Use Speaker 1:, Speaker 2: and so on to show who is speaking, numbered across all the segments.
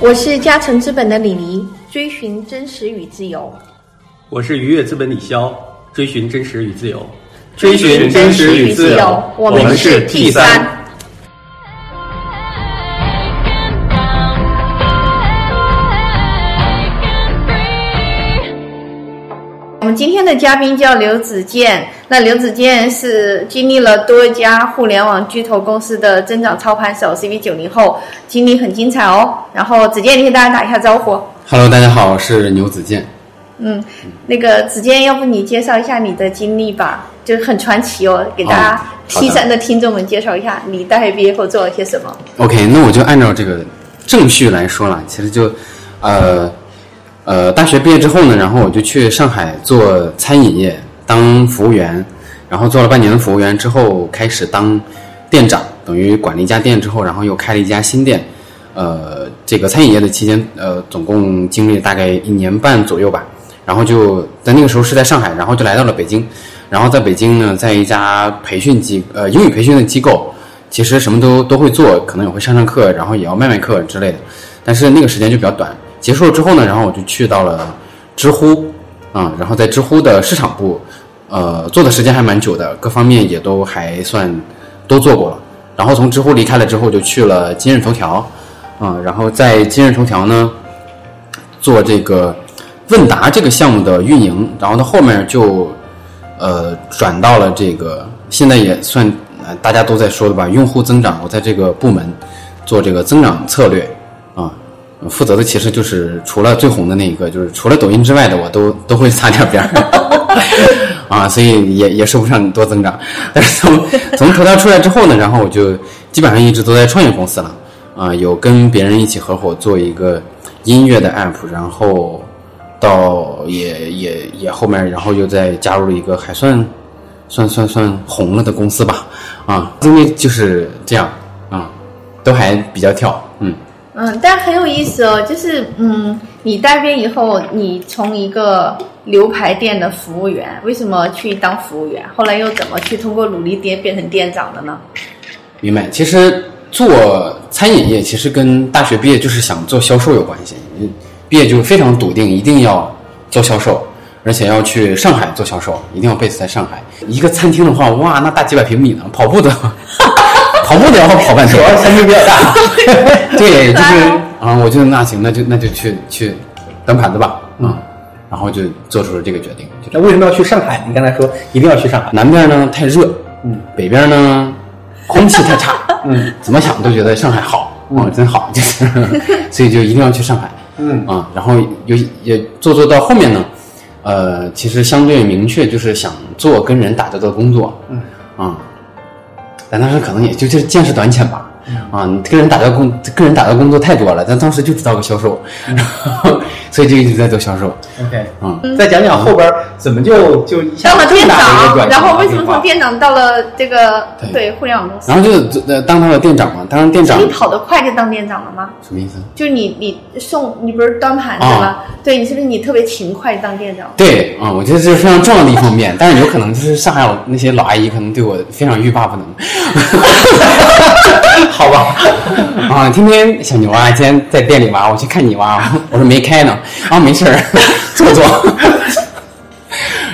Speaker 1: 我是嘉诚资本的李黎，追寻真实与自由。
Speaker 2: 我是愉悦资本李潇，追寻真实与自由。
Speaker 1: 追寻真实与自由，我们是 T 三。
Speaker 2: 啊
Speaker 1: 我们今天的嘉宾叫刘子健，那刘子健是经历了多家互联网巨头公司的增长操盘手，是一位九零后，经历很精彩哦。然后子健，你给大家打一下招呼。
Speaker 3: Hello，大家好，我是牛子健。
Speaker 1: 嗯，那个子健，要不你介绍一下你的经历吧，就是很传奇哦，给大家
Speaker 3: 好
Speaker 1: T 三的听众们介绍一下，你大学毕业后做了些什么。
Speaker 3: OK，那我就按照这个正序来说了。其实就，呃，呃，大学毕业之后呢，然后我就去上海做餐饮业当服务员，然后做了半年的服务员之后，开始当店长，等于管了一家店之后，然后又开了一家新店。呃，这个餐饮业的期间，呃，总共经历了大概一年半左右吧。然后就在那个时候是在上海，然后就来到了北京，然后在北京呢，在一家培训机呃英语培训的机构，其实什么都都会做，可能也会上上课，然后也要卖卖课之类的。但是那个时间就比较短。结束了之后呢，然后我就去到了知乎啊、然后在知乎的市场部，呃，做的时间还蛮久的，各方面也都还算都做过了。然后从知乎离开了之后，就去了今日头条啊、然后在今日头条呢做这个问答这个项目的运营，然后到后面就呃转到了这个现在也算呃大家都在说的吧，用户增长，我在这个部门做这个增长策略啊、呃负责的其实就是除了最红的那一个，就是除了抖音之外的，我都都会擦点边儿。 啊，所以也也说不上多增长，但是从从头条出来之后呢，然后我就基本上一直都在创业公司了，啊、有跟别人一起合伙做一个音乐的 app，然后到也也也后面，然后又再加入了一个还算算算算红了的公司吧，啊，因为就是这样啊，都还比较跳，嗯，
Speaker 1: 嗯，但很有意思哦，就是嗯，你带编以后，你从一个牛排店的服务员，为什么去当服务员？后来又怎么去通过努力店变成店长的呢？
Speaker 3: 明白。其实做餐饮业，其实跟大学毕业就是想做销售有关系。嗯毕业就非常笃定，一定要做销售，而且要去上海做销售，一定要 base 在上海。一个餐厅的话，哇，那大几百平米呢，跑步都 跑步都要跑半天。主要餐厅比较大。 对，就是啊，我就那行，那就那就去去端盘子吧，嗯，然后就做出了这个决定，就这样
Speaker 2: 那为什么要去上海？你刚才说一定要去上海，
Speaker 3: 啊南边呢太热，嗯，北边呢空气太差，嗯，怎么想都觉得上海好，啊，真好，就是，所以就一定要去上海，
Speaker 2: 嗯
Speaker 3: 啊，然后有也做做到后面呢，呃，其实相对明确就是想做跟人打交道的工作，嗯啊，但当时可能也就是见识短浅吧。啊，你跟人打交道工，跟人打交道工作太多了，咱当时就知道个销售，然后所以就一直在做销售。
Speaker 2: ，OK，
Speaker 3: 嗯，
Speaker 2: 再讲讲后边怎么就就一下
Speaker 1: 当了
Speaker 2: 这
Speaker 1: 店
Speaker 2: 么大的一
Speaker 1: 长，
Speaker 2: 个转
Speaker 1: 然
Speaker 2: 型啊
Speaker 1: 后为什么
Speaker 2: 变化
Speaker 1: 从店长到了这个
Speaker 3: 对
Speaker 1: 对互联网公司？
Speaker 3: 然后就呃当他的店长嘛，当上店长
Speaker 1: 你跑得快就当店长了吗？
Speaker 3: 什么意思？
Speaker 1: 就你你送你不是端盘子吗？
Speaker 2: 啊
Speaker 1: 对你是不是你特别勤快当店长？
Speaker 3: 对，啊、我觉得这是非常重要的一方面， 但是有可能就是上海我那些老阿姨可能对我非常欲罢不能，好吧？ 啊，天天小牛啊，今天在店里玩，我去看你玩，我说没开呢，啊，没事儿， 坐坐。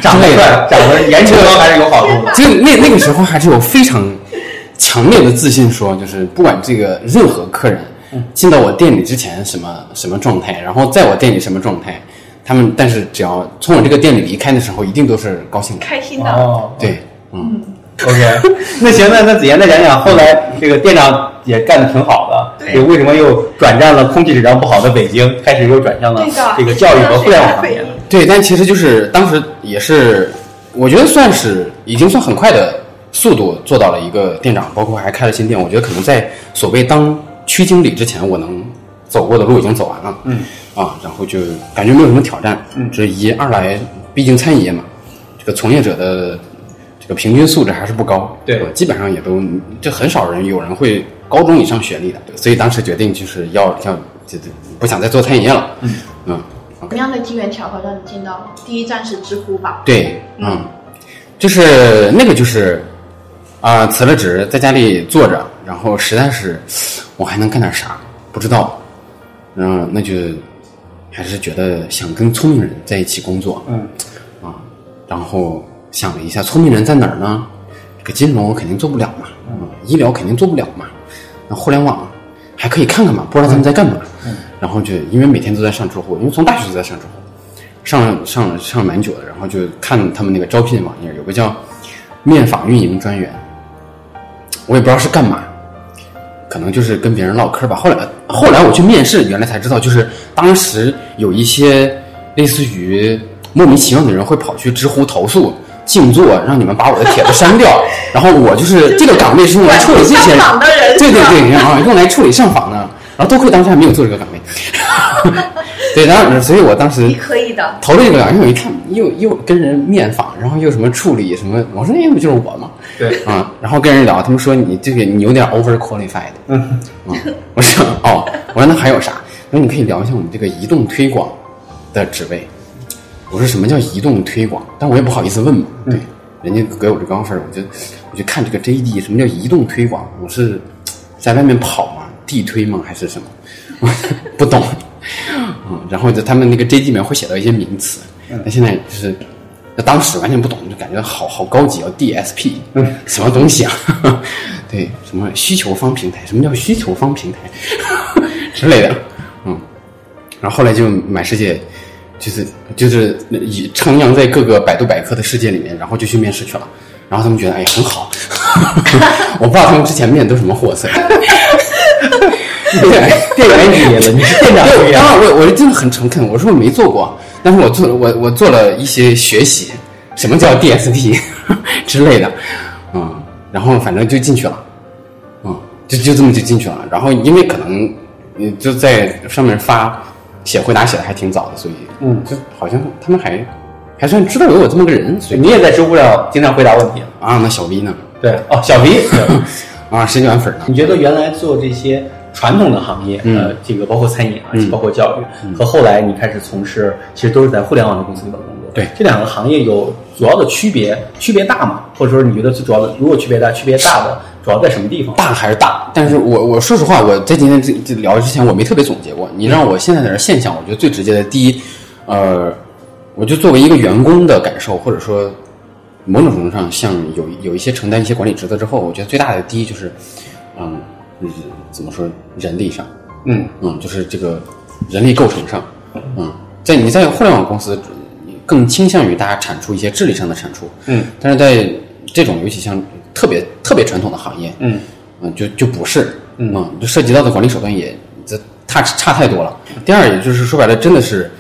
Speaker 2: 长得
Speaker 3: 之类的
Speaker 2: 帅， 长得颜值高还是有好处的。
Speaker 3: 就那那个时候还是有非常强烈的自信说，就是不管这个任何客人
Speaker 2: 嗯
Speaker 3: 进到我店里之前什么什么状态，然后在我店里什么状态，他们但是只要从我这个店里离开的时候，一定都是高兴的。
Speaker 1: 开心的。
Speaker 2: 哦，
Speaker 3: 对，嗯，
Speaker 2: ，OK，那 行，那那子妍再讲讲后来这个店长也干的挺好的，
Speaker 1: 对
Speaker 2: 就为什么又转战了空气质量不好的北京，开始又转向了这个教育和互联网方面了？
Speaker 3: 对，但其实就是当时也是，我觉得算是已经算很快的速度做到了一个店长，包括还开了新店。我觉得可能在所谓当区经理之前，我能走过的路已经走完了。嗯，啊，然后就感觉没有什么挑战。嗯，这是一二来，毕竟餐饮业嘛，这个从业者的这个平均素质还是不高。
Speaker 2: 对
Speaker 3: 呃基本上也都这很少人有人会高中以上学历的，所以当时决定就是要要就就不想再做餐饮业了。嗯嗯。
Speaker 1: 什么样的机缘巧合让你进到第一站是知乎吧？
Speaker 3: 对，嗯，就是那个就是啊、辞了职，在家里坐着，然后实在是我还能干点啥？不知道，嗯，那就还是觉得想跟聪明人在一起工作，
Speaker 2: 嗯
Speaker 3: 啊，然后想了一下，聪明人在哪儿呢？这个金融我肯定做不了嘛，嗯，医疗肯定做不了嘛，那互联网还可以看看嘛，不知道他们在干嘛。然后就因为每天都在上知乎，因为从大学就在上知乎，上上上蛮久的，然后就看他们那个招聘网页有个叫面访运营专员，我也不知道是干嘛，可能就是跟别人唠嗑吧。后来后来我去面试，原来才知道，就是当时有一些类似于莫名其妙的人会跑去知乎投诉。静坐，让你们把我的帖子删掉。然后我就是这个岗位是用来处理这些
Speaker 1: 上
Speaker 3: 人
Speaker 1: 访的人
Speaker 3: 对
Speaker 1: 是
Speaker 3: 对
Speaker 1: 吧
Speaker 3: 对，然后用来处理上访的。然后多亏当时还没有做这个岗位， 对，然后所以我
Speaker 2: 嗯
Speaker 3: 当时
Speaker 1: 你可以的，
Speaker 3: 投了一个岗，因为我一看又又跟人面访，然后又什么处理什么，我说哎，不就是我吗？
Speaker 2: 对，
Speaker 3: 啊，然后跟人聊，他们说你这个你有点 over qualified，
Speaker 2: 嗯，
Speaker 3: 啊， 我说哦，我说那还有啥？他说你可以聊一下我们这个移动推广的职位。我说什么叫移动推广？但我也不好意思问嘛，对，人家给我这个 offer，我就我就看这个 JD 什么叫移动推广？我是嘖在外面跑吗？地推吗？还是什么？ 我不懂。嗯，然后就他们那个 JD 里面会写到一些名词，那现在就是。那当时完全不懂，就感觉好好高级哦，DSP，
Speaker 2: 嗯
Speaker 3: 什么东西啊？ 对，什么需求方平台？什么叫需求方平台 之类的？嗯，然后后来就满世界，就是就是以徜徉在各个百度百科的世界里面，然后就去面试去了。然后他们觉得哎呀很好，我不知道他们之前面都什么货色。 对。
Speaker 2: 店员毕业了，你是店长毕
Speaker 3: 对，
Speaker 2: 业
Speaker 3: 当
Speaker 2: 的，
Speaker 3: 然我我真的很诚恳，我说我没做过，但是我做我我做了一些学习，什么叫 DSP 之类的，嗯，然后反正就进去了，嗯，就就这么就进去了。然后因为可能你就在上面发写回答写的还挺早的，所以
Speaker 2: 嗯
Speaker 3: 就好像他们还还算知道有我这么个人，所以
Speaker 2: 你也在知乎上经常回答问题。
Speaker 3: 啊，那小 V 呢？
Speaker 2: 对，哦，小 V，对
Speaker 3: 啊，神卷粉呢？
Speaker 2: 你觉得原来做这些传统的行业，
Speaker 3: 嗯
Speaker 2: 呃，这个包括餐饮啊，包括教育，和后来你开始从事，其实都是在互联网的公司里边工作。
Speaker 3: 对
Speaker 2: 这两个行业有主要的区别，区别大吗？或者说你觉得最主要的，如果区别大，区别大的主要在什么地方？嗯
Speaker 3: 大还是大，但是我我说实话，我在今天这这聊之前，我没特别总结过。你让我现在的现象，我觉得最直接的，第一，呃，我就作为一个员工的感受，或者说某种程度上，像有有一些承担一些管理职责之后，我觉得最大的第一就是，嗯，嗯怎么说人力上，
Speaker 2: 嗯
Speaker 3: 嗯，就是这个人力构成上，嗯，在你在互联网公司你更倾向于大家产出一些智力上的产出，
Speaker 2: 嗯，
Speaker 3: 但是在这种尤其像特别特别传统的行业，
Speaker 2: 嗯
Speaker 3: 嗯，就就不是，嗯，就涉及到的管理手段也这差差太多了。第二，也就是说白了，真的是，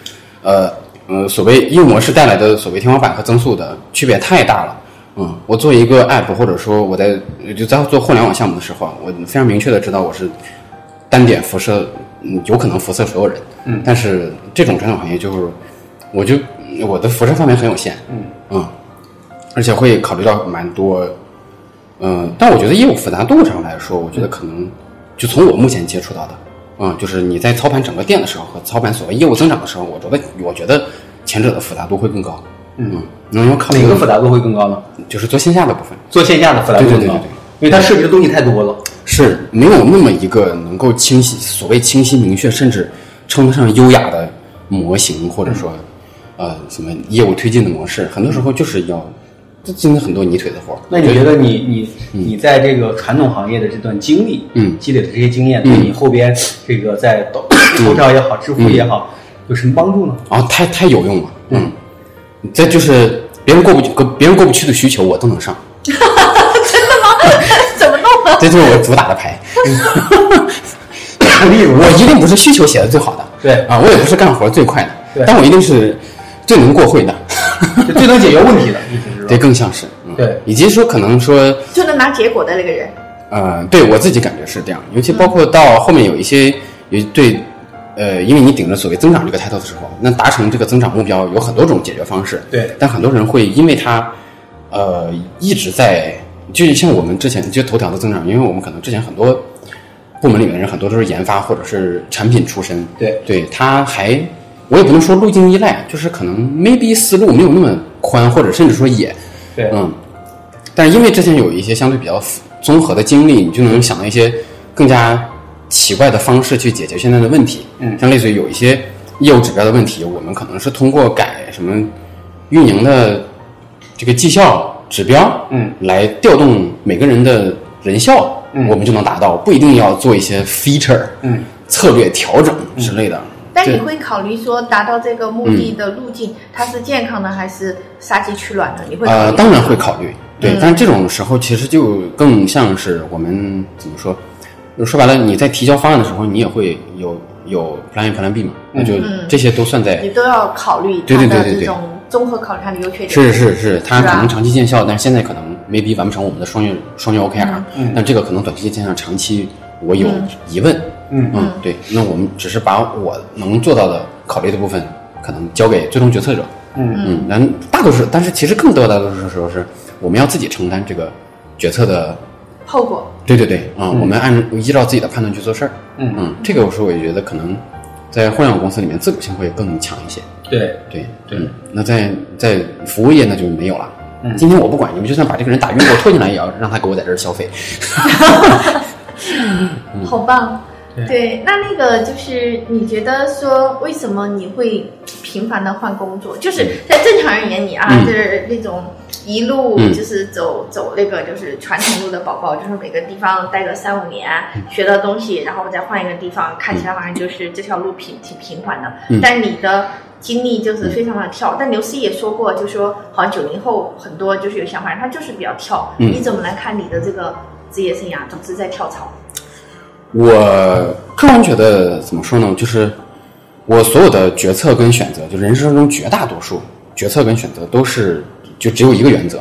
Speaker 3: 呃呃，所谓业务模式带来的所谓天花板和增速的区别太大了。嗯，我做一个 app，或者说我在就在做互联网项目的时候啊，我非常明确的知道我是单点辐射，嗯，有可能辐射所有人。嗯，但是这种传统行业就是，我就我的辐射范围很有限。嗯而且会考虑到蛮多，嗯、但我觉得业务复杂度上来说，我觉得可能就从我目前接触到的，嗯，就是你在操盘整个店的时候和操盘所谓业务增长的时候，我觉得我觉得前者的复杂度会更高。嗯，能有考虑
Speaker 2: 哪个复杂度会更高呢？
Speaker 3: 就是做线下的部分。
Speaker 2: 做线下的复杂度
Speaker 3: 对
Speaker 2: 更
Speaker 3: 对
Speaker 2: 高
Speaker 3: 对对对，
Speaker 2: 因为它涉及的东西太多了。
Speaker 3: 是没有那么一个能够清晰、所谓清晰明确，甚至称得上优雅的模型，或
Speaker 2: 嗯
Speaker 3: 者说，呃，什么业务推进的模式，很多时候就是要这真的很多泥腿子活儿。
Speaker 2: 那你觉得你你你在这个传统行业的这段经历，
Speaker 3: 嗯
Speaker 2: 积累的这些经验，对你后边这个在抖
Speaker 3: 嗯
Speaker 2: 抖照也好，知乎也好，有什么帮助呢？
Speaker 3: 然后哦太太有用了，嗯，再就是别人过不去、别人过不去的需求，我都能上，
Speaker 1: 怎么弄
Speaker 2: 哦
Speaker 1: 啊？
Speaker 3: 这就是我主打的牌。
Speaker 2: 嗯
Speaker 3: 例如， 我一定不是需求写的最好的，
Speaker 2: 对
Speaker 3: 啊，我也不是干活最快
Speaker 2: 对
Speaker 3: 的，但我一定是最能过会的，
Speaker 2: 就最能解决问题的，意思是
Speaker 3: 对，
Speaker 2: 吧？
Speaker 3: 更像是，嗯
Speaker 2: 对
Speaker 3: 以及说可能说，
Speaker 1: 就能拿结果的那个人，
Speaker 3: 呃，对我自己感觉是这样，尤其包括到后面有一些有对，呃，因为你顶着所谓增长这个 title 的时候，那达成这个增长目标有很多种解决方式。
Speaker 2: 对
Speaker 3: 但很多人会因为他，呃，一直在，就像我们之前就头条的增长，因为我们可能之前很多部门里面的人很多都是研发或者是产品出身，
Speaker 2: 对
Speaker 3: 对，他还我也不能说路径依赖，就是可能 maybe 思路没有那么宽，或者甚至说野，
Speaker 2: 对
Speaker 3: 嗯，但因为之前有一些相对比较综合的经历，你就能想到一些更加奇怪的方式去解决现在的问题。
Speaker 2: 嗯
Speaker 3: 像类似于有一些业务指标的问题，我们可能是通过改什么运营的这个绩效指标，
Speaker 2: 嗯，
Speaker 3: 来调动每个人的人效，
Speaker 2: 嗯
Speaker 3: 我们就能达到，不一定要做一些 feature，
Speaker 2: 嗯，
Speaker 3: 策略调整之类的。
Speaker 1: 但
Speaker 3: 对
Speaker 1: 你会考虑说，达到这个目的的路径，它是健康的还是杀鸡取卵的？你会考虑嗯
Speaker 3: 呃，当然会考虑，对，但是这种时候其实就更像是我们怎么说？就说白了，你在提交方案的时候，你也会有有 plan A、plan B 嘛，那就这些都算在。
Speaker 1: 嗯你都要考虑
Speaker 3: 对
Speaker 1: 它
Speaker 3: 对对
Speaker 1: 的
Speaker 3: 对对
Speaker 1: 这种综合考虑它的优缺点。
Speaker 3: 是是是，它
Speaker 1: 是吧
Speaker 3: 可能长期见效，但是现在可能 maybe 完不成我们的双月双
Speaker 1: 嗯
Speaker 3: 月 OKR，、但这个可能短期见效，长期我有疑问。
Speaker 2: 嗯
Speaker 3: 嗯，对，那我们只是把我能做到的考虑的部分，可能交给最终决策者。
Speaker 2: 嗯
Speaker 3: 嗯，那大多数，但是其实更多大多数时候是我们要自己承担这个决策的
Speaker 1: 后果。
Speaker 3: 对对对，啊、我们按依照自己的判断去做事儿。
Speaker 2: 嗯
Speaker 3: 嗯，这个我是我觉得可能在互联网公司里面自主性会更强一些。
Speaker 2: 对，
Speaker 3: 对
Speaker 2: 对
Speaker 3: 嗯那在在服务业那就没有了。
Speaker 2: 嗯
Speaker 3: 今天我不管，你们就算把这个人打晕给我拖进来，也要让他给我在这儿消费。嗯
Speaker 1: 好棒。
Speaker 2: 对
Speaker 1: 对，那那个就是你觉得说，为什么你会频繁的换工作？就是在正常人眼里啊，
Speaker 3: 嗯
Speaker 1: 就是那种一路
Speaker 3: 嗯
Speaker 1: 就是走、走那个就是传统路的宝宝，就是每个地方待个三五年，啊
Speaker 3: 嗯
Speaker 1: 学到东西，然后再换一个地方，看起来好像就是这条路平挺平缓的。
Speaker 3: 嗯
Speaker 1: 但你的经历就是非常的跳。但刘思也说过，就说好像九零后很多就是有想法，他就是比较跳。
Speaker 3: 嗯
Speaker 1: 你怎么来看你的这个职业生涯总是在跳槽？
Speaker 3: 我个人觉得怎么说呢，就是我所有的决策跟选择，就人生中绝大多数决策跟选择都是就只有一个原则，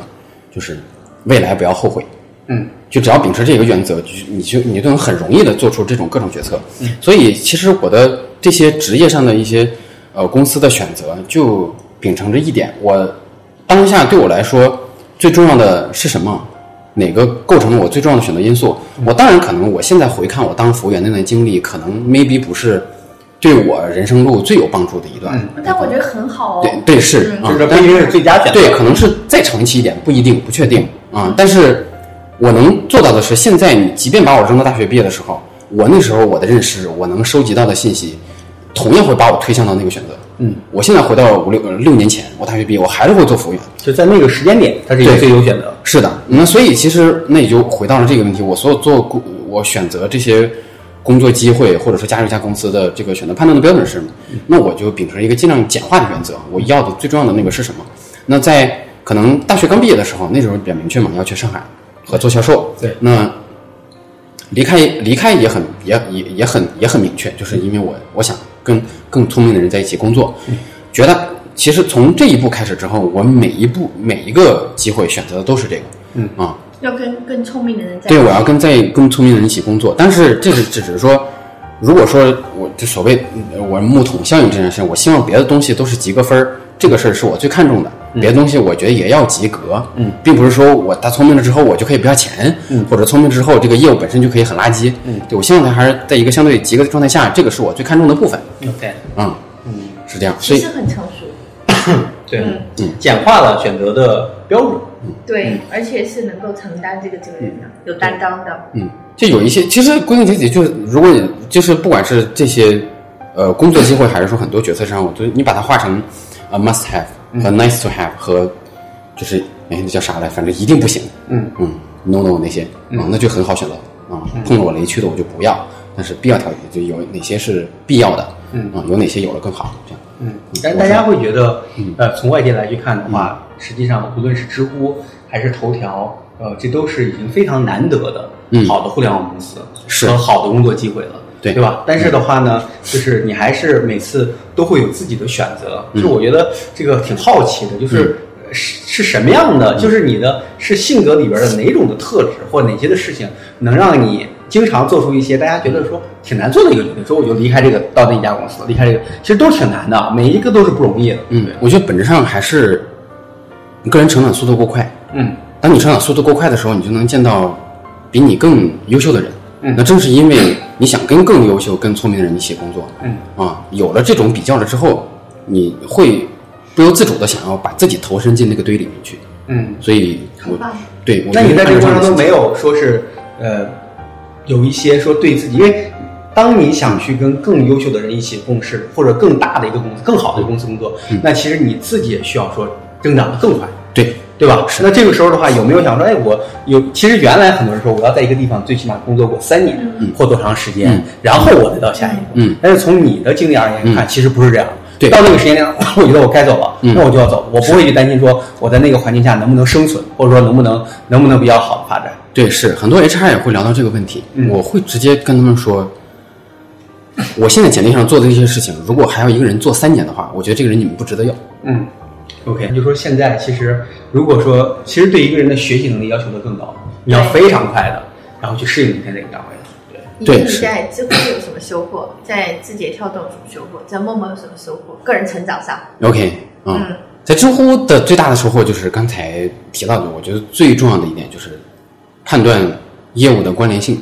Speaker 3: 就是未来不要后悔。
Speaker 2: 嗯
Speaker 3: 就只要秉持这个原则，就你就你就能很容易的做出这种各种决策。所以其实我的这些职业上的一些呃公司的选择，就秉承着一点，我当下对我来说最重要的是什么？哪个构成了我最重要的选择因素？我当然可能，我现在回看我当服务员那段经历，可能 maybe 不是对我人生路最有帮助的一段。
Speaker 2: 嗯
Speaker 1: 但我觉得很好哦。
Speaker 3: 对对是，
Speaker 1: 嗯
Speaker 3: 啊
Speaker 2: 就是说不
Speaker 3: 但
Speaker 2: 一定是最佳选择。
Speaker 3: 对，可能是再长期一点，不一定，不确定啊、但是我能做到的是，现在你即便把我扔到大学毕业的时候，我那时候我的认识，我能收集到的信息，同样会把我推向到那个选择。
Speaker 2: 嗯，
Speaker 3: 我现在回到五六呃六年前，我大学毕业，我还是会做服务员。
Speaker 2: 就在那个时间点，它是一个
Speaker 3: 对
Speaker 2: 最优选择。
Speaker 3: 是的，那所以其实那也就回到了这个问题，我所有做工，我选择这些工作机会或者说加入一家公司的这个选择判断的标准是什么？那我就秉持一个尽量简化的原则，我要的最重要的那个是什么？那在可能大学刚毕业的时候，那时候比较明确嘛，要去上海和做销售。
Speaker 2: 对
Speaker 3: 那离开离开也很也也也很也很明确，就是因为我我想跟更聪明的人在一起工作，觉得其实从这一步开始之后，我每一步每一个机会选择的都是这个，
Speaker 2: 嗯
Speaker 3: 啊，
Speaker 1: 要跟更聪明的人在一
Speaker 3: 对啊
Speaker 1: 起
Speaker 3: 我要跟在更聪明的人一起工作，但是这是只是说，如果说我这所谓呃我木桶效应这件事，我希望别的东西都是及格分儿，这个事儿是我最看重的。别的东西我觉得也要及格，
Speaker 2: 嗯，
Speaker 3: 并不是说我他聪明了之后我就可以不要钱，
Speaker 2: 嗯
Speaker 3: 或者聪明之后这个业务本身就可以很垃圾，
Speaker 2: 嗯，
Speaker 3: 对我希望他还是在一个相对及格的状态下，这个是我最看重的部分，
Speaker 2: OK，
Speaker 3: 嗯，
Speaker 2: 嗯，
Speaker 3: 是这样，所
Speaker 1: 其
Speaker 3: 以
Speaker 1: 实很成熟，
Speaker 2: 对嗯
Speaker 1: 嗯，
Speaker 3: 嗯
Speaker 2: 简化了选择的标准。
Speaker 1: 对，而且是能够承担这个责任的，有担当的。
Speaker 3: 嗯，就有一些，其实归根结底就是，如果你就是不管是这些呃工作机会，还是说很多决策上，我都你把它化成呃 must have 和 nice to have 和就是哎那叫啥来，反正一定不行，
Speaker 2: 嗯
Speaker 3: 嗯 no no 那些啊、那就很好选择啊、碰到我雷区的我就不要，但是必要条件就有哪些是必要的，
Speaker 2: 嗯
Speaker 3: 啊、有哪些有了更好，这样
Speaker 2: 嗯，但是大家会觉得，呃，从外界来去看的话，实际上无论是知乎还是头条，呃，这都是已经非常难得的
Speaker 3: 嗯
Speaker 2: 好的互联网公司
Speaker 3: 是
Speaker 2: 和好的工作机会了。
Speaker 3: 对
Speaker 2: 对吧？但是的话呢，就是你还是每次都会有自己的选择。就是我觉得这个挺好奇的，就是是是什么样的？就是你的是性格里边的哪种的特质，或哪些的事情能让你经常做出一些大家觉得说挺难做的一个决定，说我就离开这个到那一家公司，离开这个，其实都挺难的，每一个都是不容易的。
Speaker 3: 嗯，我觉得本质上还是个人成长速度过快，
Speaker 2: 嗯
Speaker 3: 当你成长速度够快的时候，你就能见到比你更优秀的人。
Speaker 2: 嗯
Speaker 3: 那正是因为你想跟更优秀、更聪明的人一起工作，
Speaker 2: 嗯
Speaker 3: 啊，有了这种比较了之后，你会不由自主的想要把自己投身进那个堆里面去。
Speaker 2: 嗯
Speaker 3: 所以我
Speaker 1: 很棒
Speaker 3: 对，我
Speaker 2: 那
Speaker 3: 觉
Speaker 2: 你
Speaker 3: 得
Speaker 2: 在这个
Speaker 3: 按
Speaker 2: 过程
Speaker 3: 照的
Speaker 2: 中
Speaker 3: 心
Speaker 2: 没有说是呃有一些说对自己，因为当你想去跟更优秀的人一起共事，或者更大的一个公司、更好的一个公司工作，
Speaker 3: 嗯
Speaker 2: 那其实你自己也需要说增长的更快。
Speaker 3: 对，
Speaker 2: 对吧？那这个时候的话，有没有想说，哎，我有？其实原来很多人说，我要在一个地方最起码工作过三年或多长时间，
Speaker 3: 嗯
Speaker 2: 然后我再到下一步。
Speaker 3: 嗯，
Speaker 2: 但是从你的经历而言看，其实不是这样。
Speaker 3: 对
Speaker 2: 到那个时间点， 我觉得我该走了，
Speaker 3: 嗯
Speaker 2: 那我就要走，我不会去担心说我在那个环境下能不能生存，或者说能不能能不能比较好的发展。
Speaker 3: 对，是很多 HR 也会聊到这个问题。
Speaker 2: 嗯
Speaker 3: 我会直接跟他们说，我现在简历上做的这些事情，如果还要一个人做三年的话，我觉得这个人你们不值得要。
Speaker 2: 嗯，OK，就说现在其实如果说，其实对一个人的学习能力要求的更高，你要非常快的，然后去适应你现在这个岗位。对，
Speaker 1: 你
Speaker 3: 对
Speaker 1: 自己
Speaker 3: 是
Speaker 1: 在知乎有什么收获？在字节跳动有什么收获？在陌陌有什么收获？个人成长上，
Speaker 3: OK，嗯，
Speaker 1: 嗯
Speaker 3: 在知乎的最大的收获就是刚才提到的，我觉得最重要的一点就是判断业务的关联性。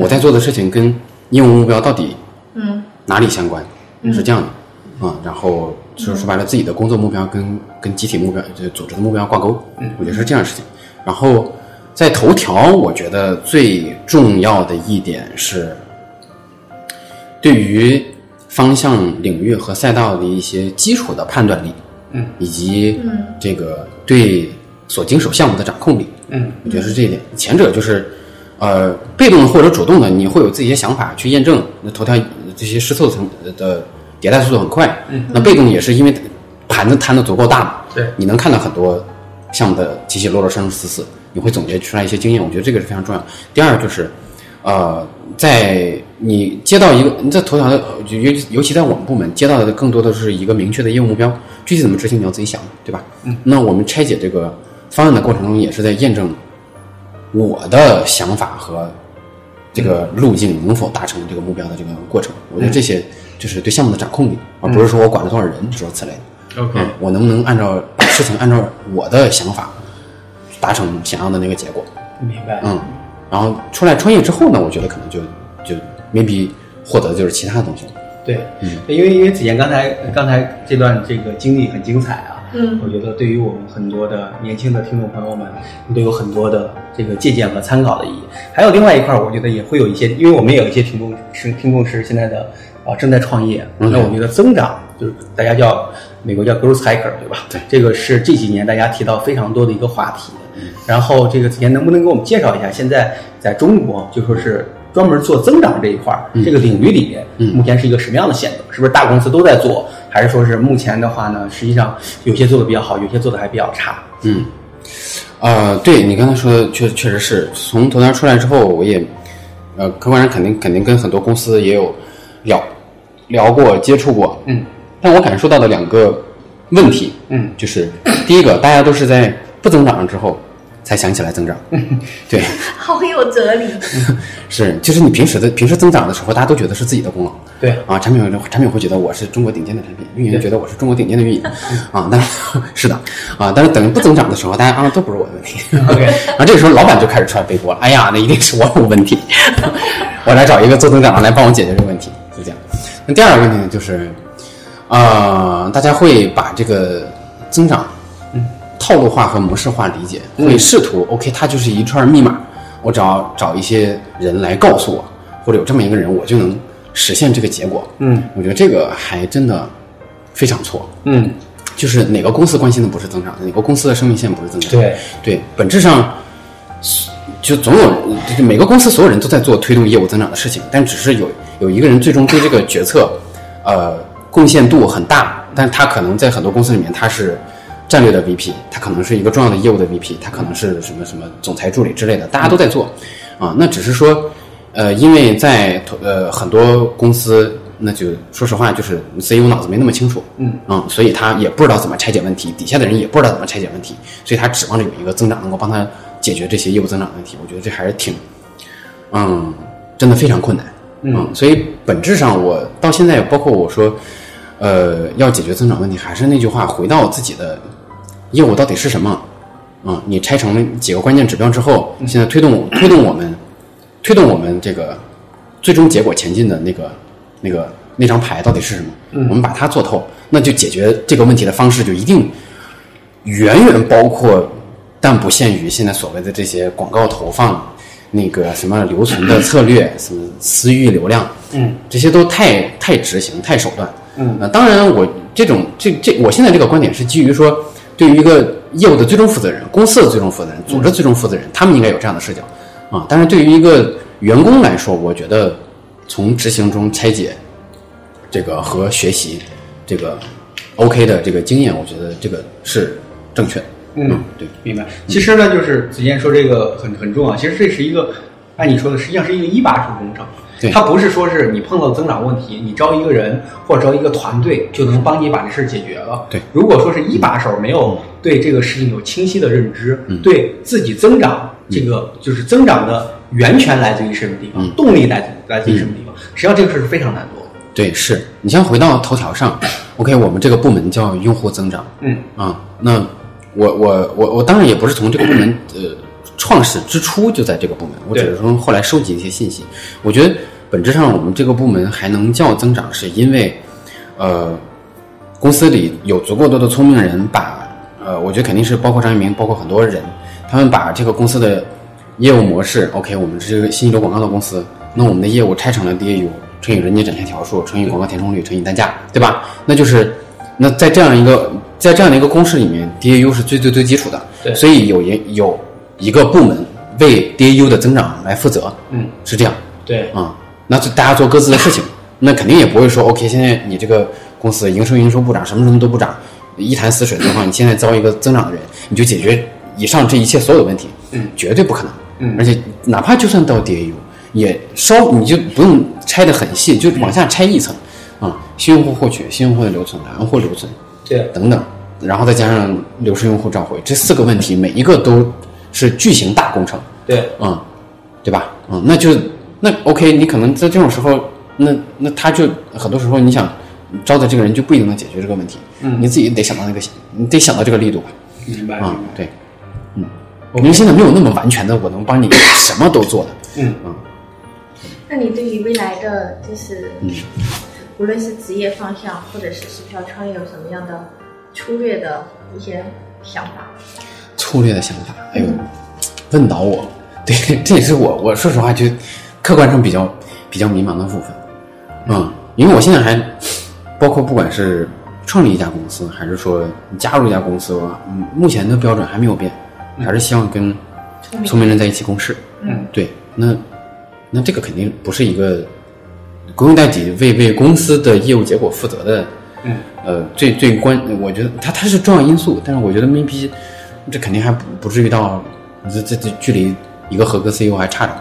Speaker 3: 我在做的事情跟业务目标到底
Speaker 1: 嗯
Speaker 3: 哪里相关，是这样的啊、然后就是说白了，自己的工作目标跟跟集体目标、就是组织的目标挂钩，我觉得是这样的事情。然后在头条，我觉得最重要的一点是，对于方向、领域和赛道的一些基础的判断力，
Speaker 2: 嗯，
Speaker 3: 以及
Speaker 1: 嗯
Speaker 3: 这个对所经手项目的掌控力，
Speaker 2: 嗯
Speaker 3: 我觉得是这一点。前者就是，呃，被动的或者主动的，你会有自己的想法去验证。那头条呃这些试错层呃的迭代速度很快，
Speaker 2: 嗯，
Speaker 3: 那被动也是因为盘子摊的足够大嘛，
Speaker 2: 对
Speaker 3: 你能看到很多项目的起起落落、生生死死，你会总结出来一些经验。我觉得这个是非常重要。第二就是，呃，在你接到一个你在头条的，呃就尤其尤其在我们部门接到的更多的是一个明确的业务目标，具体怎么执行你要自己想，对吧？嗯。那我们拆解这个方案的过程中，也是在验证我的想法和这个路径能否达成这个目标的这个过程。我觉得这些就是对项目的掌控力，而不是说我管了多少人诸如此类的。
Speaker 2: ，OK，
Speaker 3: 嗯，我能不能按照把事情按照我的想法达成想要的那个结果？
Speaker 2: 明白。
Speaker 3: 嗯，然后出来创业之后呢，我觉得可能就就 maybe 获得的就是其他的东西了。
Speaker 2: 对，对因为因为子健刚才刚才这段这个经历很精彩啊，
Speaker 1: 嗯
Speaker 2: 我觉得对于我们很多的年轻的听众朋友们都有很多的这个借鉴和参考的意义。还有另外一块儿，我觉得也会有一些，因为我们也有一些听众是听众是现在的啊、正在创业，
Speaker 3: 嗯
Speaker 2: 那我觉得增长就是大家叫美国叫 growth hacker 对吧？
Speaker 3: 对
Speaker 2: 这个是这几年大家提到非常多的一个话题。然后这个子健能不能给我们介绍一下，现在在中国就说是专门做增长这一块儿、这个领域里面，
Speaker 3: 嗯
Speaker 2: 目前是一个什么样的现状？是不是大公司都在做，还是说是目前的话呢，实际上有些做的比较好，有些做的还比较差？
Speaker 3: 嗯，呃，对你刚才说的确确实是，从头条出来之后，我也呃，客观上肯定肯定跟很多公司也有聊聊过、接触过，
Speaker 2: 嗯
Speaker 3: 但我感受到的两个问题，
Speaker 2: 嗯
Speaker 3: 就是第一个，大家都是在不增长之后才想起来增长，
Speaker 2: 嗯
Speaker 3: 对，
Speaker 1: 好有哲 理。
Speaker 3: 是，就是你平时的平时增长的时候，大家都觉得是自己的功劳，
Speaker 2: 对
Speaker 3: 啊，产品产品会觉得我是中国顶尖的产品，运营觉得我是中国顶尖的运营，啊，但是 是的，啊，但是等不增长的时候，大家啊都不是我的问题，
Speaker 2: ，OK，
Speaker 3: 然后这个时候老板就开始出来背锅了，哎呀，那一定是我有问题， 我来找一个做增长的来帮我解决这个问题，就这样。那第二个问题呢，就是，呃，大家会把这个增长嗯套路化和模式化理解，会试图、OK，它就是一串密码，我找找一些人来告诉我，或者有这么一个人，我就能实现这个结果。
Speaker 2: 嗯，
Speaker 3: 我觉得这个还真的非常错。
Speaker 2: 嗯，
Speaker 3: 就是哪个公司关心的不是增长，哪个公司的生命线不是增长？
Speaker 2: 对
Speaker 3: 对，本质上就总有就是每个公司所有人都在做推动业务增长的事情，但只是有有一个人最终对这个决策，呃，贡献度很大，但他可能在很多公司里面他是战略的 VP，他可能是一个重要的业务的 VP，他可能是什么什么总裁助理之类的，大家都在做啊，那只是说。呃，因为在呃很多公司，那就说实话，就是 CEO 脑子没那么清楚，
Speaker 2: 嗯
Speaker 3: 所以他也不知道怎么拆解问题，底下的人也不知道怎么拆解问题，所以他指望着有一个增长能够帮他解决这些业务增长的问题。我觉得这还是挺，嗯，真的非常困难，
Speaker 2: 嗯
Speaker 3: 所以本质上我到现在，包括我说，呃，要解决增长问题，还是那句话，回到自己的业务到底是什么。嗯，你拆成几个关键指标之后，现在推动推动我们推动我们这个最终结果前进的那个那个那张牌到底是什么？我们把它做透，那就解决这个问题的方式就一定远远包括但不限于现在所谓的这些广告投放、那个什么留存的策略、什么私域流量，
Speaker 2: 嗯
Speaker 3: 这些都太太执行、太手段。
Speaker 2: 嗯
Speaker 3: 呃，当然我这种这这，我现在这个观点是基于说，对于一个业务的最终负责人、公司的最终负
Speaker 2: 嗯
Speaker 3: 责人、组织的最终负责人，他们应该有这样的视角啊。但是对于一个员工来说，我觉得从执行中拆解这个和学习这个 OK 的这个经验，我觉得这个是正确的。
Speaker 2: 嗯，
Speaker 3: 对，
Speaker 2: 明白。其实呢，就是子健说这个很很重要。啊其实这是一个，按你说的，实际上是一个一把手工程。
Speaker 3: 对
Speaker 2: 它不是说是你碰到增长问题，你招一个人或者招一个团队就能帮你把这事儿解决了。
Speaker 3: 对
Speaker 2: 如果说是一把手没有对这个事情有清晰的认知，
Speaker 3: 嗯
Speaker 2: 对自己增长这个就是增长的源泉来自于什么地
Speaker 3: 嗯
Speaker 2: 方，动力来自来自于什么地方，实际上这个事儿是非常难做的。
Speaker 3: 对，是你像回到头条上，OK，我们这个部门叫用户增长，
Speaker 2: 嗯
Speaker 3: 啊，那我我我我当然也不是从这个部门呃创始之初就在这个部门，我只
Speaker 2: 对
Speaker 3: 是从后来收集一些信息。我觉得本质上我们这个部门还能叫增长，是因为呃公司里有足够多的聪明人把呃，我觉得肯定是包括张一鸣，包括很多人，他们把这个公司的业务模式，OK，我们是这个新一流广告的公司，那我们的业务拆成了 DAU 乘以人家展现条数乘以广告填充率乘以单价，对吧？那就是那在这样一个在这样的一个公式里面，DAU 是最最最基础的，
Speaker 2: 对
Speaker 3: 所以有一有一个部门为 DAU 的增长来负责，
Speaker 2: 嗯，
Speaker 3: 是这样，
Speaker 2: 对，
Speaker 3: 啊、那就大家做各自的事 情，那肯定也不会说 OK，现在你这个公司营收营收不涨，什么什么都不涨，一潭死水的话，你现在招一个增长的人，你就解决以上这一切所有的问题，
Speaker 2: 嗯，
Speaker 3: 绝对不可能，
Speaker 2: 嗯
Speaker 3: 而且哪怕就算到 DAU，也稍你就不用拆的很细，就往下拆一层，啊、
Speaker 2: 嗯
Speaker 3: 新用户获取、新用户的留存、蓝户留存
Speaker 2: 对，
Speaker 3: 等等，然后再加上流失用户召回，这四个问题每一个都是巨型大工程，
Speaker 2: 对，
Speaker 3: 嗯，对吧？嗯，那就那 OK，你可能在这种时候，那那他就很多时候你想招的这个人就不一定能解决这个问题，嗯，你自己得想到那个，你得想到这个力度吧，
Speaker 2: 明白，
Speaker 3: 啊、
Speaker 2: 哎明白。
Speaker 3: 对，嗯，因为现在没有那么完全的，我能帮你什么都做的，
Speaker 2: 嗯
Speaker 4: 那你对于未来的就是，
Speaker 3: 嗯
Speaker 4: 无论是职业方向或者是股票创业有什么样的粗略的一些想法？
Speaker 3: 粗略的想法，哎呦，问倒我，对，这也是我，我说实话就客观上比较比较迷茫的部分，嗯，因为我现在还包括不管是创立一家公司，还是说加入一家公司，我嗯目前的标准还没有变，还是希望跟嗯聪明人在一起共事，
Speaker 2: 嗯，
Speaker 3: 对，那那这个肯定不是一个不用代己为为公司的业务结果负责的，
Speaker 2: 嗯，
Speaker 3: 呃，最最关，我觉得它它是重要因素，但是我觉得 maybe 这肯定还不不至于到这这这距离一个合格 CEO 还差着，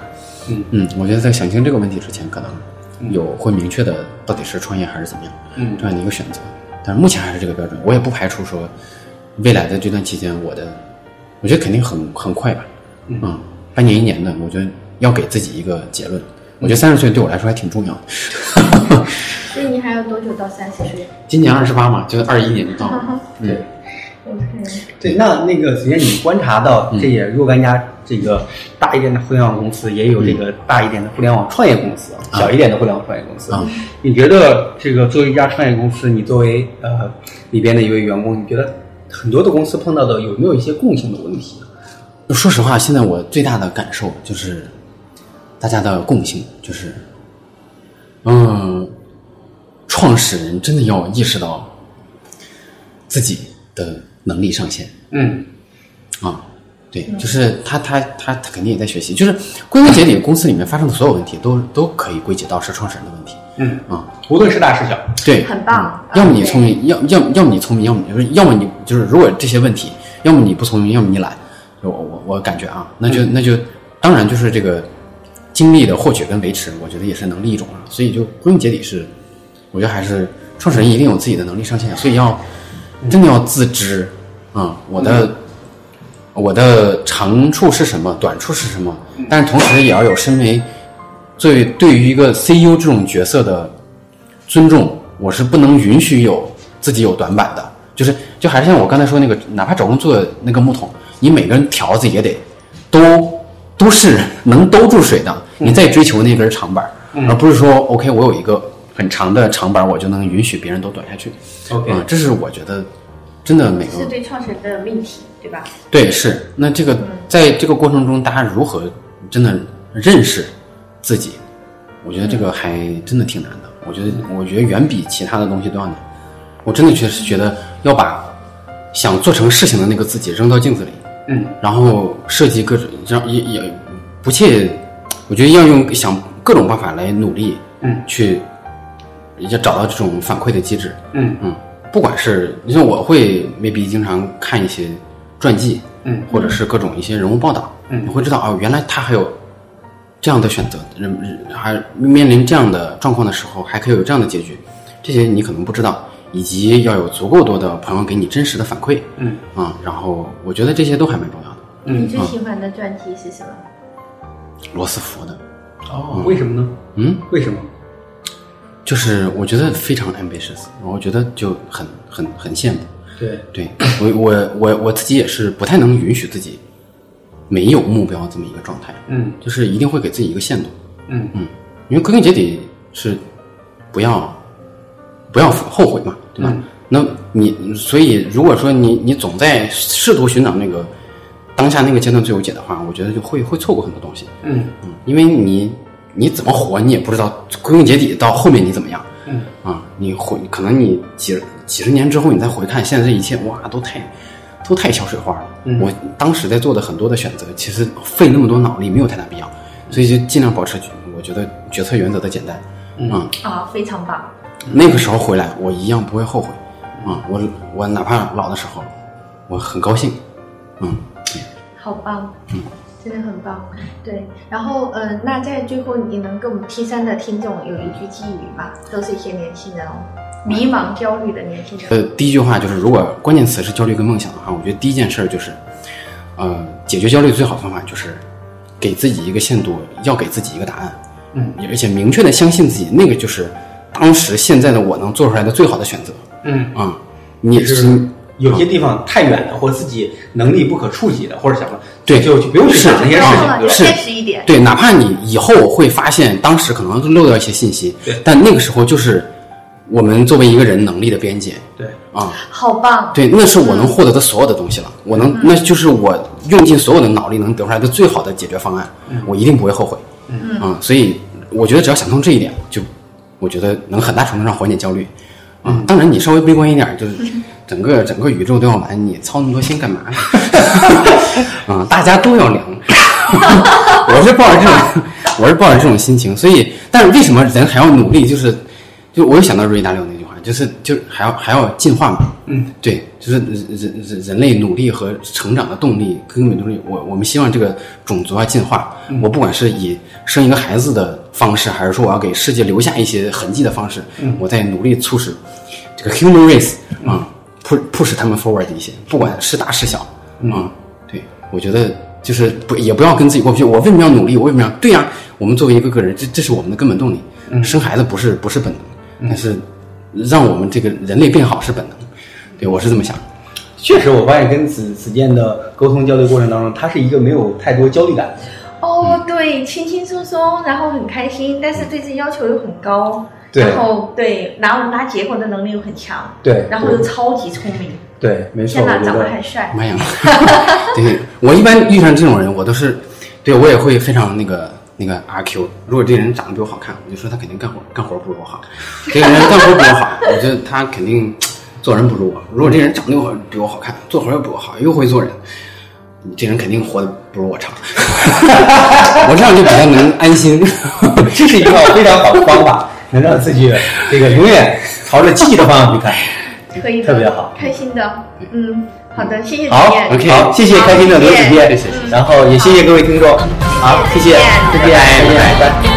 Speaker 2: 嗯
Speaker 3: 我觉得在想清这个问题之前，可能有会明确的到底是创业还是怎么样，
Speaker 2: 嗯
Speaker 3: 这样的一个选择，但是目前还是这个标准，我也不排除说未来的这段期间，我的我觉得肯定很很快吧，嗯，半年一年的，我觉得要给自己一个结论。
Speaker 2: 嗯
Speaker 3: 我觉得三十岁对我来说还挺重要的，
Speaker 4: 所以你还有多久到三十岁？
Speaker 3: 今年二十八嘛，就是二一年就到了。
Speaker 2: 对。
Speaker 4: 我看
Speaker 2: 对，那那个子健，你观察到这也若干家这个大一点的互联网公司，也有这个大一点的互联网创业公司，啊小一点的互联网创业公司。
Speaker 3: 啊
Speaker 2: 你觉得这个作为一家创业公司，你作为呃里边的一位员工，你觉得很多的公司碰到的有没有一些共性的问题？
Speaker 3: 说实话，现在我最大的感受就是，大家的共性就是，嗯，创始人真的要意识到自己的能力上限
Speaker 2: 嗯
Speaker 3: 啊，对，就是他他他他肯定也在学习，就是归根结底，公司里面发生的所有问题都都可以归结到是创始人的问题
Speaker 2: 嗯，
Speaker 3: 啊。
Speaker 2: 无论是大是小，
Speaker 3: 对，
Speaker 4: 很棒
Speaker 3: 嗯要么你聪明，要要要么你聪明，要么你就是要么你就是如果这些问题，要么你不聪明，要么你懒。我我我感觉啊，那
Speaker 4: 嗯
Speaker 3: 就、那就当然就是这个精力的获取跟维持，我觉得也是能力一种啊。所以就归根结底是，我觉得还是创始人一定有自己的能力上限，所以要
Speaker 4: 嗯
Speaker 3: 真的要自知啊、我的、我的长处是什么，短处是什么，
Speaker 4: 嗯
Speaker 3: 但是同时也要有身为最对于一个 CEO 这种角色的尊重，我是不能允许有自己有短板的。就是就还是像我刚才说那个，哪怕找工作那个木桶，你每根条子也得都都是能兜住水的，你再追求那根长板儿，而不是说 OK 我有一个很长的长板儿，我就能允许别人都短下去。啊
Speaker 2: OK
Speaker 3: 嗯这是我觉得真的每
Speaker 4: 是
Speaker 3: 个
Speaker 4: 对创始人的命题。对吧？
Speaker 3: 对，是。那这个在这个过程中，大家如何真的认识自己？我觉得这个还真的挺难的。我觉得，我觉得远比其他的东西都要难。我真的确实觉得要把想做成事情的那个自己扔到镜子里，
Speaker 2: 嗯，
Speaker 3: 然后设计各种，让也也不切，我觉得要用想各种办法来努力，
Speaker 2: 嗯，
Speaker 3: 去要找到这种反馈的机制，
Speaker 2: 嗯
Speaker 3: 嗯，不管是你像我会 maybe 经常看一些传记，
Speaker 2: 嗯，
Speaker 3: 或者是各种一些人物报道，
Speaker 2: 嗯
Speaker 3: 你会知道哦，原来他还有这样的选择，人人还面临这样的状况的时候，还可以有这样的结局，这些你可能不知道，以及要有足够多的朋友给你真实的反馈，
Speaker 2: 嗯
Speaker 3: 啊、然后我觉得这些都还蛮重要的。
Speaker 4: 你
Speaker 2: 嗯
Speaker 4: 最喜欢的专题是什么？
Speaker 3: 罗斯福的，
Speaker 2: 哦，为什么呢？
Speaker 3: 嗯，
Speaker 2: 为什么？
Speaker 3: 就是我觉得非常 ambitious，我觉得就很很很羡慕。
Speaker 2: 对，
Speaker 3: 对我我我我自己也是不太能允许自己没有目标这么一个状态，
Speaker 2: 嗯
Speaker 3: 就是一定会给自己一个限度，
Speaker 2: 嗯
Speaker 3: 嗯，因为归根结底是不要不要后悔嘛，对吧？那你所以如果说你你总在试图寻找那个当下那个阶段最有解的话，我觉得就会会错过很多东西，
Speaker 2: 嗯
Speaker 3: 嗯，因为你你怎么活你也不知道，归根结底到后面你怎么样，
Speaker 2: 嗯
Speaker 3: 啊，你回可能你几几十年之后你再回看现在这一切，哇，都太都太小水花了。
Speaker 2: 嗯
Speaker 3: 我当时在做的很多的选择，其实费那么多脑力没有太大必要，所以就尽量保持，我觉得决策原则的简单。
Speaker 2: 嗯
Speaker 3: 啊，
Speaker 4: 啊、非常棒！
Speaker 3: 那个时候回来，我一样不会后悔。啊，我我哪怕老的时候，我很高兴。嗯，
Speaker 4: 好棒，
Speaker 2: 嗯
Speaker 4: 真的很棒。对，然后呃，那在最后，你能给我们 T 三的听众有一句寄语吗？都是一些年轻人哦，迷茫、焦虑的年轻
Speaker 3: 呃
Speaker 4: 人。，
Speaker 3: 第一句话就是，如果关键词是焦虑跟梦想的话，我觉得第一件事儿就是，呃，解决焦虑最好的方法就是给自己一个限度，要给自己一个答案。
Speaker 2: 嗯，
Speaker 3: 而且明确的相信自己，那个就是当时现在的我能做出来的最好的选择
Speaker 2: 嗯，
Speaker 3: 啊、你
Speaker 2: 就是嗯有些地方太远了，或者自己能力不可触及的，或者什么，
Speaker 3: 对
Speaker 2: 就就不用去想那些
Speaker 4: 别
Speaker 2: 事
Speaker 4: 忘
Speaker 2: 情，
Speaker 4: 了，
Speaker 2: 对
Speaker 4: 要
Speaker 2: 吧？
Speaker 3: 是
Speaker 4: 现实一点。
Speaker 3: 对，哪怕你以后会发现当时可能漏掉一些信息
Speaker 2: 对，
Speaker 3: 但那个时候就是我们作为一个人能力的边界
Speaker 2: 对，
Speaker 3: 啊、
Speaker 4: 好棒！
Speaker 3: 对，那是我能获得的所有的东西了，我能，那就是我用尽所有的脑力能得出来的最好的解决方案，我一定不会后悔。嗯啊，所以我觉得只要想通这一点，就我觉得能很大程度上缓解焦虑。啊，当然你稍微悲观一点，就是整个整个宇宙都要完，你操那么多心干嘛？啊，大家都要凉。 我是抱着这种，我是抱着这种心情，所以，但是为什么人还要努力？就是，就我又想到瑞达利欧那句话，就是，就是还要还要进化嘛。
Speaker 2: 嗯，
Speaker 3: 对，就是人人人人类努力和成长的动力，根本就是我我们希望这个种族要啊进化。我不管是以生一个孩子的方式，还是说我要给世界留下一些痕迹的方式，我在努力促使这个 human race 啊、push push 他们 forward 一些，不管是大是小，嗯，对，我觉得就是不也不要跟自己过不去。我为什么要努力？我为什么要？对呀、我们作为一个个人，这这是我们的根本动力。生孩子不是不是本能，但是让我们这个人类变好是本能。对，我是这么想的。
Speaker 2: 确实，我发现跟子子健的沟通交流过程当中，他是一个没有太多焦虑感的人。
Speaker 4: 哦，对，轻轻松松，然后很开心，但是对自己要求又很高，
Speaker 2: 对
Speaker 4: 然后对，然后他结婚的能力又很强，
Speaker 2: 对
Speaker 4: 然后又超级聪明，
Speaker 2: 对，没错，
Speaker 4: 天
Speaker 2: 我
Speaker 4: 哪，
Speaker 2: 觉
Speaker 4: 长得
Speaker 2: 得
Speaker 4: 还帅，
Speaker 3: 妈呀！ 对我一般遇上这种人，我都是，对我也会非常那个那个阿 Q。如果这个人长得比我好看，我就说他肯定干活干活不如我好。这个人干活比我好，我觉得他肯定做人不如我。如果这个人长得又好比我好看，做活又比我好，又会做人，你这人肯定活得不如我长。 我这样就比较能安心。
Speaker 2: 这是一个非常好的方法，能让自己这个永远朝着积极的方向去看。
Speaker 4: 可以的，
Speaker 2: 特别好
Speaker 4: 开心的，嗯，好的，谢谢主
Speaker 2: 好
Speaker 4: 编，
Speaker 3: OK
Speaker 2: 好，谢谢开心的刘子健，嗯
Speaker 3: 谢谢谢谢
Speaker 2: 然后也谢谢各位听众，好，谢谢，
Speaker 4: 再见
Speaker 2: 再见，
Speaker 3: 拜拜
Speaker 2: 拜拜。